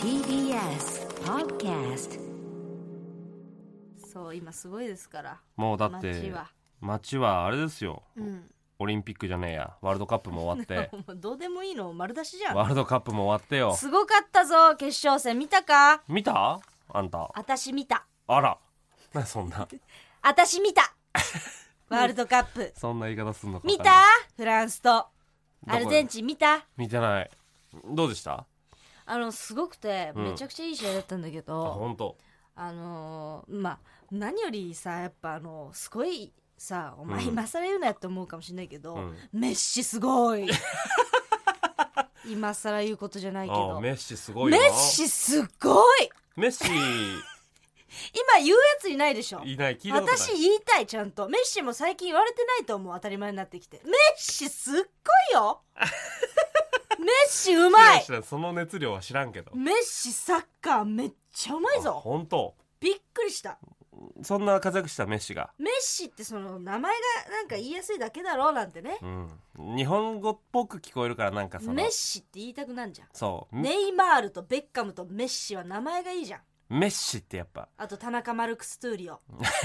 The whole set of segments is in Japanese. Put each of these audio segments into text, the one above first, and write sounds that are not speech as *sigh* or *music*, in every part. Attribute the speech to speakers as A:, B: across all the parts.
A: TBS Podcast そう今すごいですから
B: もうだって
A: 街は
B: 街はあれですよ
A: うん
B: オリンピックじゃねえやワールドカップも終わって
A: *laughs* もうどうでもいいの丸出しじゃん
B: ワールドカップも終わってよ
A: すごかったぞ決勝戦見たか
B: 見たあんた
A: 私見た
B: あら *laughs* なそんな
A: 私見
B: *laughs*
A: たワールドカップ
B: そんな言い方すんのか
A: 見たフランスとアルゼン
B: チ
A: チン見た
B: 見てないどうでした
A: あのすごくて
B: うん
A: めちゃくちゃいい試合だったんだけ
B: あ
A: ど、
B: 本当
A: あのーまあ何よりさやっぱあのすごいさお前
B: うん
A: 今更言うなよって思うかもしれないけど、
B: うん
A: メッシすご
B: *laughs*
A: い今更言うことじゃないけ
B: あ
A: ど
B: メッシすごい
A: メ
B: よな
A: ッシすごい
B: メッシ
A: 今言うやついないでしょ
B: いない聞いたことない
A: 私言いたいちゃんとメッシも最近言われてないと思う当たり前になってきてメッシすっごい
B: *laughs*
A: よメッシうまい
B: 知らんその熱量は知らんけど
A: メッシサッカーめっちゃうまい
B: あ
A: ぞ
B: 本当
A: びっくりした
B: そんな活躍したメッシが
A: メッシってその名前がなんか言いやすいだけだろうなんてね
B: うん日本語っぽく聞こえるからなんかその
A: メッシって言いたくなんじゃん
B: そう
A: ネイマールとベッカムとメッシは名前がいいじゃん
B: メッシってやっぱ *laughs*
A: あと田中マルクス・トゥーリオ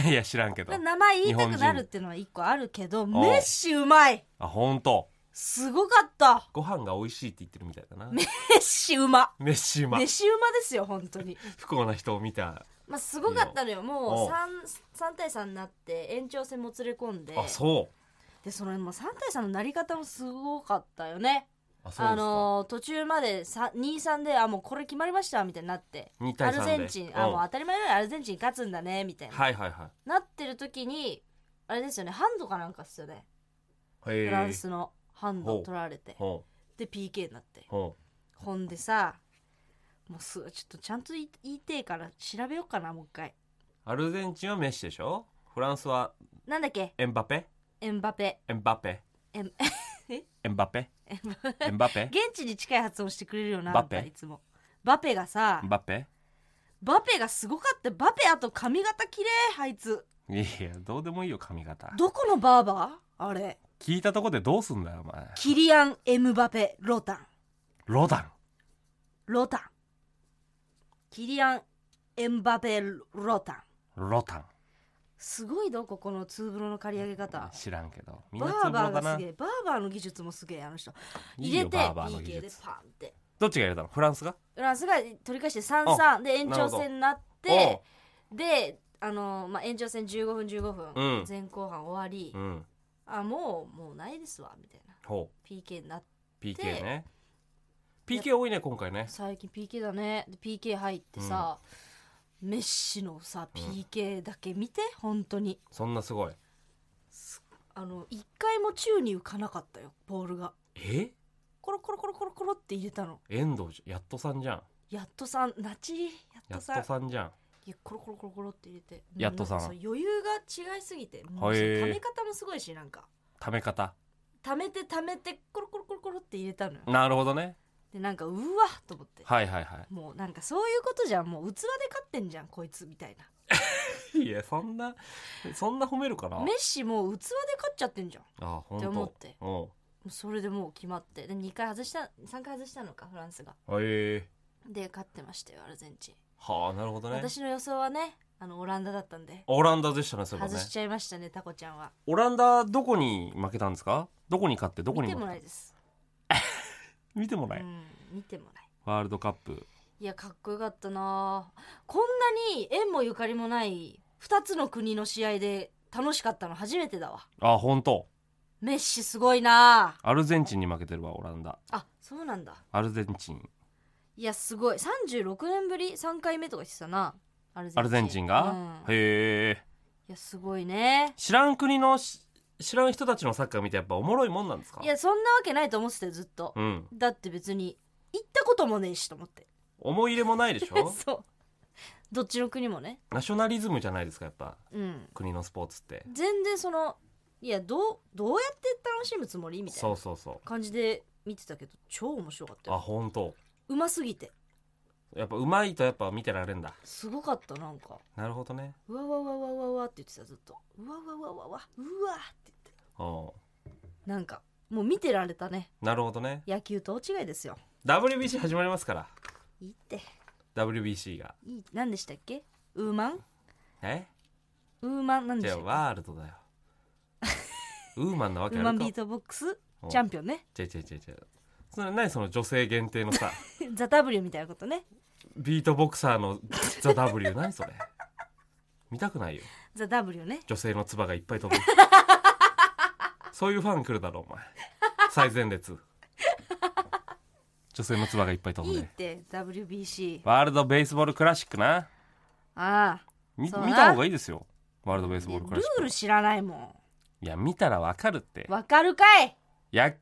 B: いや知らんけど
A: 名前言いたくなるっていうのは一個あるけどメッシうまい
B: あ本当
A: すごかった
B: ご飯が美味しいって言ってるみたいだな
A: メッシうま
B: メッシうま
A: メッシうまですよ本当に
B: 不幸な人を見た
A: まあすごかったのよも
B: お
A: う
B: う
A: 3, 3対3になって延長戦もつれ込んで
B: あそう
A: でそのもう3対3のなり方もすごかったよね
B: あそうですか、
A: あのー途中までさ2-3であもうこれ決まりましたみたいになって
B: 2
A: ア
B: 対3で
A: ルゼンチン、あもう当たり前のようにアルゼンチン勝つんだねみたいな、
B: はいはいは
A: なってる時にあれですよねハンドかなんかっすよね、
B: いへえ
A: フランスのハンド
B: ほう
A: 取られて
B: ほう
A: で PK になって
B: ほ
A: ほんでさもうすちょっとちゃんと言い言いてえから調べようかなもう一回
B: うアルゼンチンはメッシでしょフランスは
A: なんだっけ
B: エンバペ
A: エンバペ
B: エンバペ
A: エン *laughs* え
B: エンバペエンバペ
A: 現地に近い発音してくれるよな
B: バペ
A: あんたいつもバペがさ
B: エンバペ
A: バペがすごかったバペあと髪型綺麗あいつ
B: いやいやどうでもいいよ髪型
A: どこのバーバーあれ
B: 聞いたとこでどうすんだよお前
A: キリアン・エムバペロタン
B: ロダン
A: ロタンキリアン・エムバペロタン
B: ロタン
A: すごいどここのツーブロの刈り上げ方
B: 知らんけどみん
A: バ
B: な
A: ー
B: ツボ
A: バ
B: ロ
A: ーが
B: だな
A: すげえバーバーの技術もすげえあの人入
B: いい
A: れ
B: よ
A: て
B: バーバーの技
A: PK で
B: 術
A: パンって
B: どっちが入れたのフランスが
A: フランスが取り返して3-3で延長戦になってであのまあ、延長戦15分15分、
B: うん
A: 前後半終わり、
B: おううん
A: あもうもうないですわみたいな
B: ほう
A: PK になって
B: PK ね PK 多いね今回ね
A: 最近 PK だねで PK 入ってさ、メッシのさ PK だけ見て、本当に
B: そんなすごい
A: あの一回も宙に浮かなかったよボールが
B: え
A: コロコロコロコロコロって入れたの
B: 遠藤じゃやっとさんじゃん
A: やっとさんナチやっと
B: やっ
A: さん
B: とさんじゃん
A: いやコロコロコロコロって入れて
B: やっとさん
A: なかそう余裕が違いすぎてもう
B: へ
A: その溜
B: ー
A: め方もすごいしなんか
B: ため方
A: 溜めて溜めてコロコロコロコロって入れたのよ
B: なるほどね
A: でなんかうわっと思って
B: はいはいは
A: もうなんかそういうことじゃんもう器で勝ってんじゃんこいつみたいない
B: *laughs* いやそんなそんな褒めるかな
A: メッシもう器で勝っちゃってんじゃん
B: あほん
A: って思って
B: と
A: それでもう決まってで2回外した3回外したのかフランスが
B: うんへえ
A: で勝ってましたよアルゼンチン、
B: はあなるほどね
A: 私の予想はねあのオランダだったんで
B: オランダでしたねそういえば
A: 外
B: ね
A: しちゃいましたねタコちゃんは
B: オランダどこに負けたんですかどこに勝ってどこ
A: 見
B: に
A: て
B: 負け
A: も
B: た
A: ないです、
B: 見てもな
A: う
B: い
A: ん見てもない
B: ワールドカップ
A: いやかっこよかったなこんなに縁もゆかりもない2つの国の試合で楽しかったの初めてだわ
B: あ本当
A: メッシすごいな
B: アルゼンチンに負けてるわオランダ
A: あそうなんだ
B: アルゼンチン
A: いやすごい36年ぶり3回目とか言ってたなアルゼンチン
B: アルゼンチンが、
A: うんい
B: へえ
A: やすごいね
B: 知らん国のし知らん人たちのサッカー見てやっぱおもろいもんなんですか
A: いやそんなわけないと思ってたよずっと、
B: うん
A: だって別に行ったこともねえしと思って
B: 思い入れもないでしょ
A: *laughs* そうどっちの国もね
B: ナショナリズムじゃないですかやっぱ
A: うん
B: 国のスポーツって
A: 全然そのいやどうどうやって楽しむつもりみたい
B: そ
A: な
B: うそうそ
A: 感じで見てたけど超面白かった
B: うあ
A: よ
B: 本当
A: うますぎて
B: やっぱうまいとやっぱ見てられるんだ
A: すごかったなんか
B: なるほどね
A: うわわわわわわって言ってたずっとうわわわわわうわって言って
B: うん
A: なんかもう見てられたね
B: なるほどね
A: 野球と大違いですよ
B: WBC 始まりますから
A: いいって
B: WBC が
A: いい何でしたっけウーマン
B: え
A: ウーマン何で
B: じ
A: し
B: ゃ
A: た
B: あ
A: っけ
B: ワールドだよウーマンなわ
A: ウ
B: け
A: ー
B: あ
A: マ
B: る
A: ン
B: か
A: ビートボックス
B: お
A: チャンピオンね
B: 違う違う違う違うそれ何その女性限定のさ
A: ザ・ W みたいなことね
B: ビートボクサーのザ・ W 何それ見たくないよ
A: ザ・ W ね
B: 女性の唾がいっぱい *laughs* 飛ぶそういうファン来るだろお前最前列女性の唾がいっぱい飛
A: い
B: ん
A: いっ
B: で
A: て WBC
B: ワールドベースボールクラシックな
A: ああ
B: み見
A: そうな
B: た方がいいですよワールドベース
A: い
B: ボ
A: や
B: ー
A: ル
B: ルクラシッ
A: ー
B: ク
A: ル知らないも
B: いや見たらわかるって
A: んわかるかい
B: や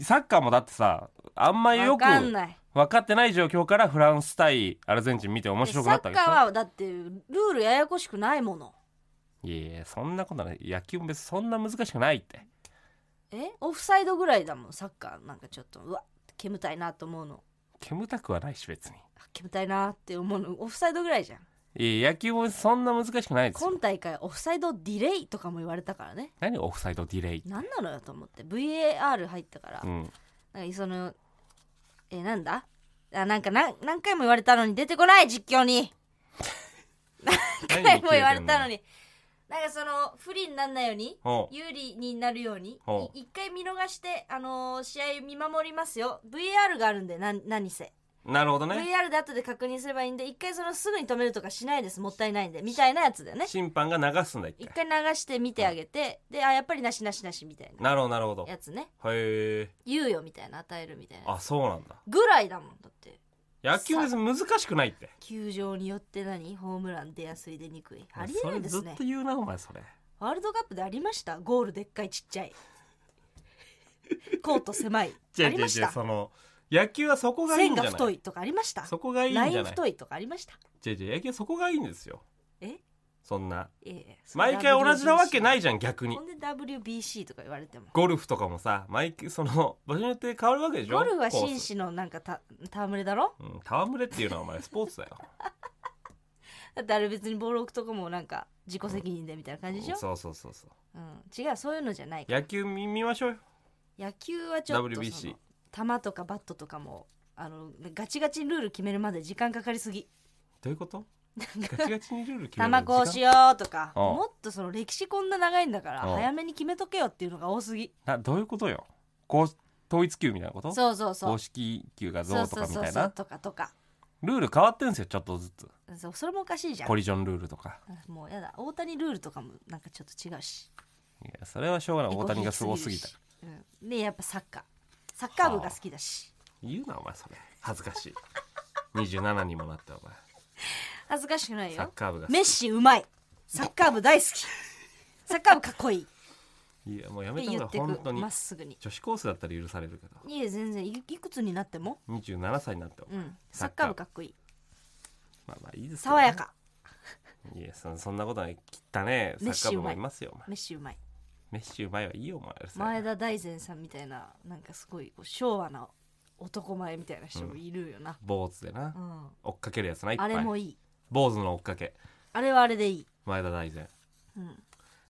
B: サッカーもだってさあんまりよ
A: わ
B: く
A: かんない
B: 分かってない状況からフランス対アルゼンチン見て面
A: サ
B: 白くなった
A: ッ
B: わ
A: カ
B: けでしょ
A: ーはだってルールややこしくないもの
B: いやいやそんなことない野球も別にそんな難しくないって
A: えオフサイドぐらいだもんサッカーなんかちょっとうわ煙たいなと思うの
B: 煙たくはないし別に
A: あ煙たいなって思うのオフサイドぐらいじゃん
B: いや野球もそんな難しくないですよ
A: 今大会オフサイドディレイとかも言われたからね
B: 何オフサイドディレイって
A: 何なのよと思って VAR 入ったから、
B: うん
A: なんかそのえーなんだあなんか何何回も言われたのに出てこない実況に何回も言われたのになんかその不利にならないように
B: おう
A: 有利になるように
B: ほう
A: い一回見逃して、あのー試合見守りますよ VAR があるんでな何せ
B: なるほどね
A: VAR で後で確認すればいいんで一回そのすぐに止めるとかしないですもったいないんでみたいなやつだよね
B: 審判が流すんだ一
A: 一
B: 回
A: 回流して見てあげてであやっぱりなしなしなしみたいな
B: なるほどなるほどへ
A: やつね
B: え
A: 猶予みたいな与えるみたいな
B: あそうなんだ
A: ぐらいだもんだって
B: 野球別に難しくないって
A: 球場によって何ホームラン出やすい出にくいありえ
B: そ
A: な
B: れ
A: いで
B: ず
A: す
B: っ
A: ね
B: と言うなお前それ
A: ワールドカップでありましたゴールでっかいちっちゃいコート狭いあ
B: *laughs* 違う
A: り
B: 違う違
A: ま
B: う
A: した
B: その野球はそこがいい
A: 線
B: んじ
A: が
B: ゃな
A: 太
B: い
A: いとかありました
B: そこがいいんじ
A: ライ
B: ゃ
A: ン
B: ない
A: 太いとかありました
B: 違う違う野球はそこがいいんですよ
A: え
B: そんな
A: ええ
B: 毎回同じなわけないいじゃん逆に
A: ほんで WBC とか言われても
B: ゴルフとかもさ毎回その場所によって変わるわけでしょ
A: ゴルフは
B: コース
A: 紳士のなんかた戯れだろ
B: うん、戯れっていうのはお前スポーツだよ
A: だってあれ別にボール置くとこもなんか自己責任でみたいな感じでしょ、
B: そうそうそうそう
A: うん、違うそういうのじゃないから
B: 野球見見ましょうよ
A: 野球はちょっとその
B: WBC
A: 球とかバットとかもあのガチガチにルール決めるまで時間かかりすぎ
B: どういうことガチガチにルール決め
A: 球
B: るの
A: こうし
B: 時間
A: ようとか
B: ああ
A: もっとその歴史こんな長いんだから
B: ああ
A: 早めに決めとけよっていうのが多すぎ
B: などういうことよこう統一球みたいなこと
A: そうそうそ
B: 公
A: う
B: 式球が
A: そ
B: ど
A: う
B: うと
A: そう
B: かみ
A: そう
B: たい
A: そう
B: な
A: とかとか
B: ルール変わってんすよちょっとずつ
A: そうそれもおかしいじゃん
B: コリジョンルールとか
A: もうやだ大谷ルールとかもなんかちょっと違うし
B: いやそれはしょうがない大谷がすごすぎた
A: エコひいるし、うん、でやっぱサッカーサッカー部が好きだし
B: 言うなお前それ恥ずかしい27にもなったお前
A: 恥ずかしくない
B: サッ
A: よ
B: カー部が
A: メッシうまいサッカー部大好きサッカー部かっこいいっ
B: いやもうやめ
A: て言
B: た方が
A: ってく
B: 本当に
A: まっすぐに
B: 女子コースだったら許されるけど
A: いえ全然いいくつになっても、
B: 27歳になっても、
A: うん、サ
B: サッカ
A: ッカー
B: ー
A: 部かっこいい
B: まあまあいいですけどね
A: 爽やか
B: いやそそんなことない切ったねサ
A: メッ
B: ッカ
A: シ
B: ー
A: う
B: 部も
A: まい
B: いますよお前
A: メッシうまい
B: メッシうまいはいいよお前
A: 前田大然さんみたいななんかすごいこう昭和な男前みたいな人もいるよな、
B: 坊主でな、
A: うん
B: 追っかけるやつないっぱ
A: あ
B: い
A: れもいい
B: 坊主の追っかけ
A: あれはあれでいい、
B: 前田大然
A: うん、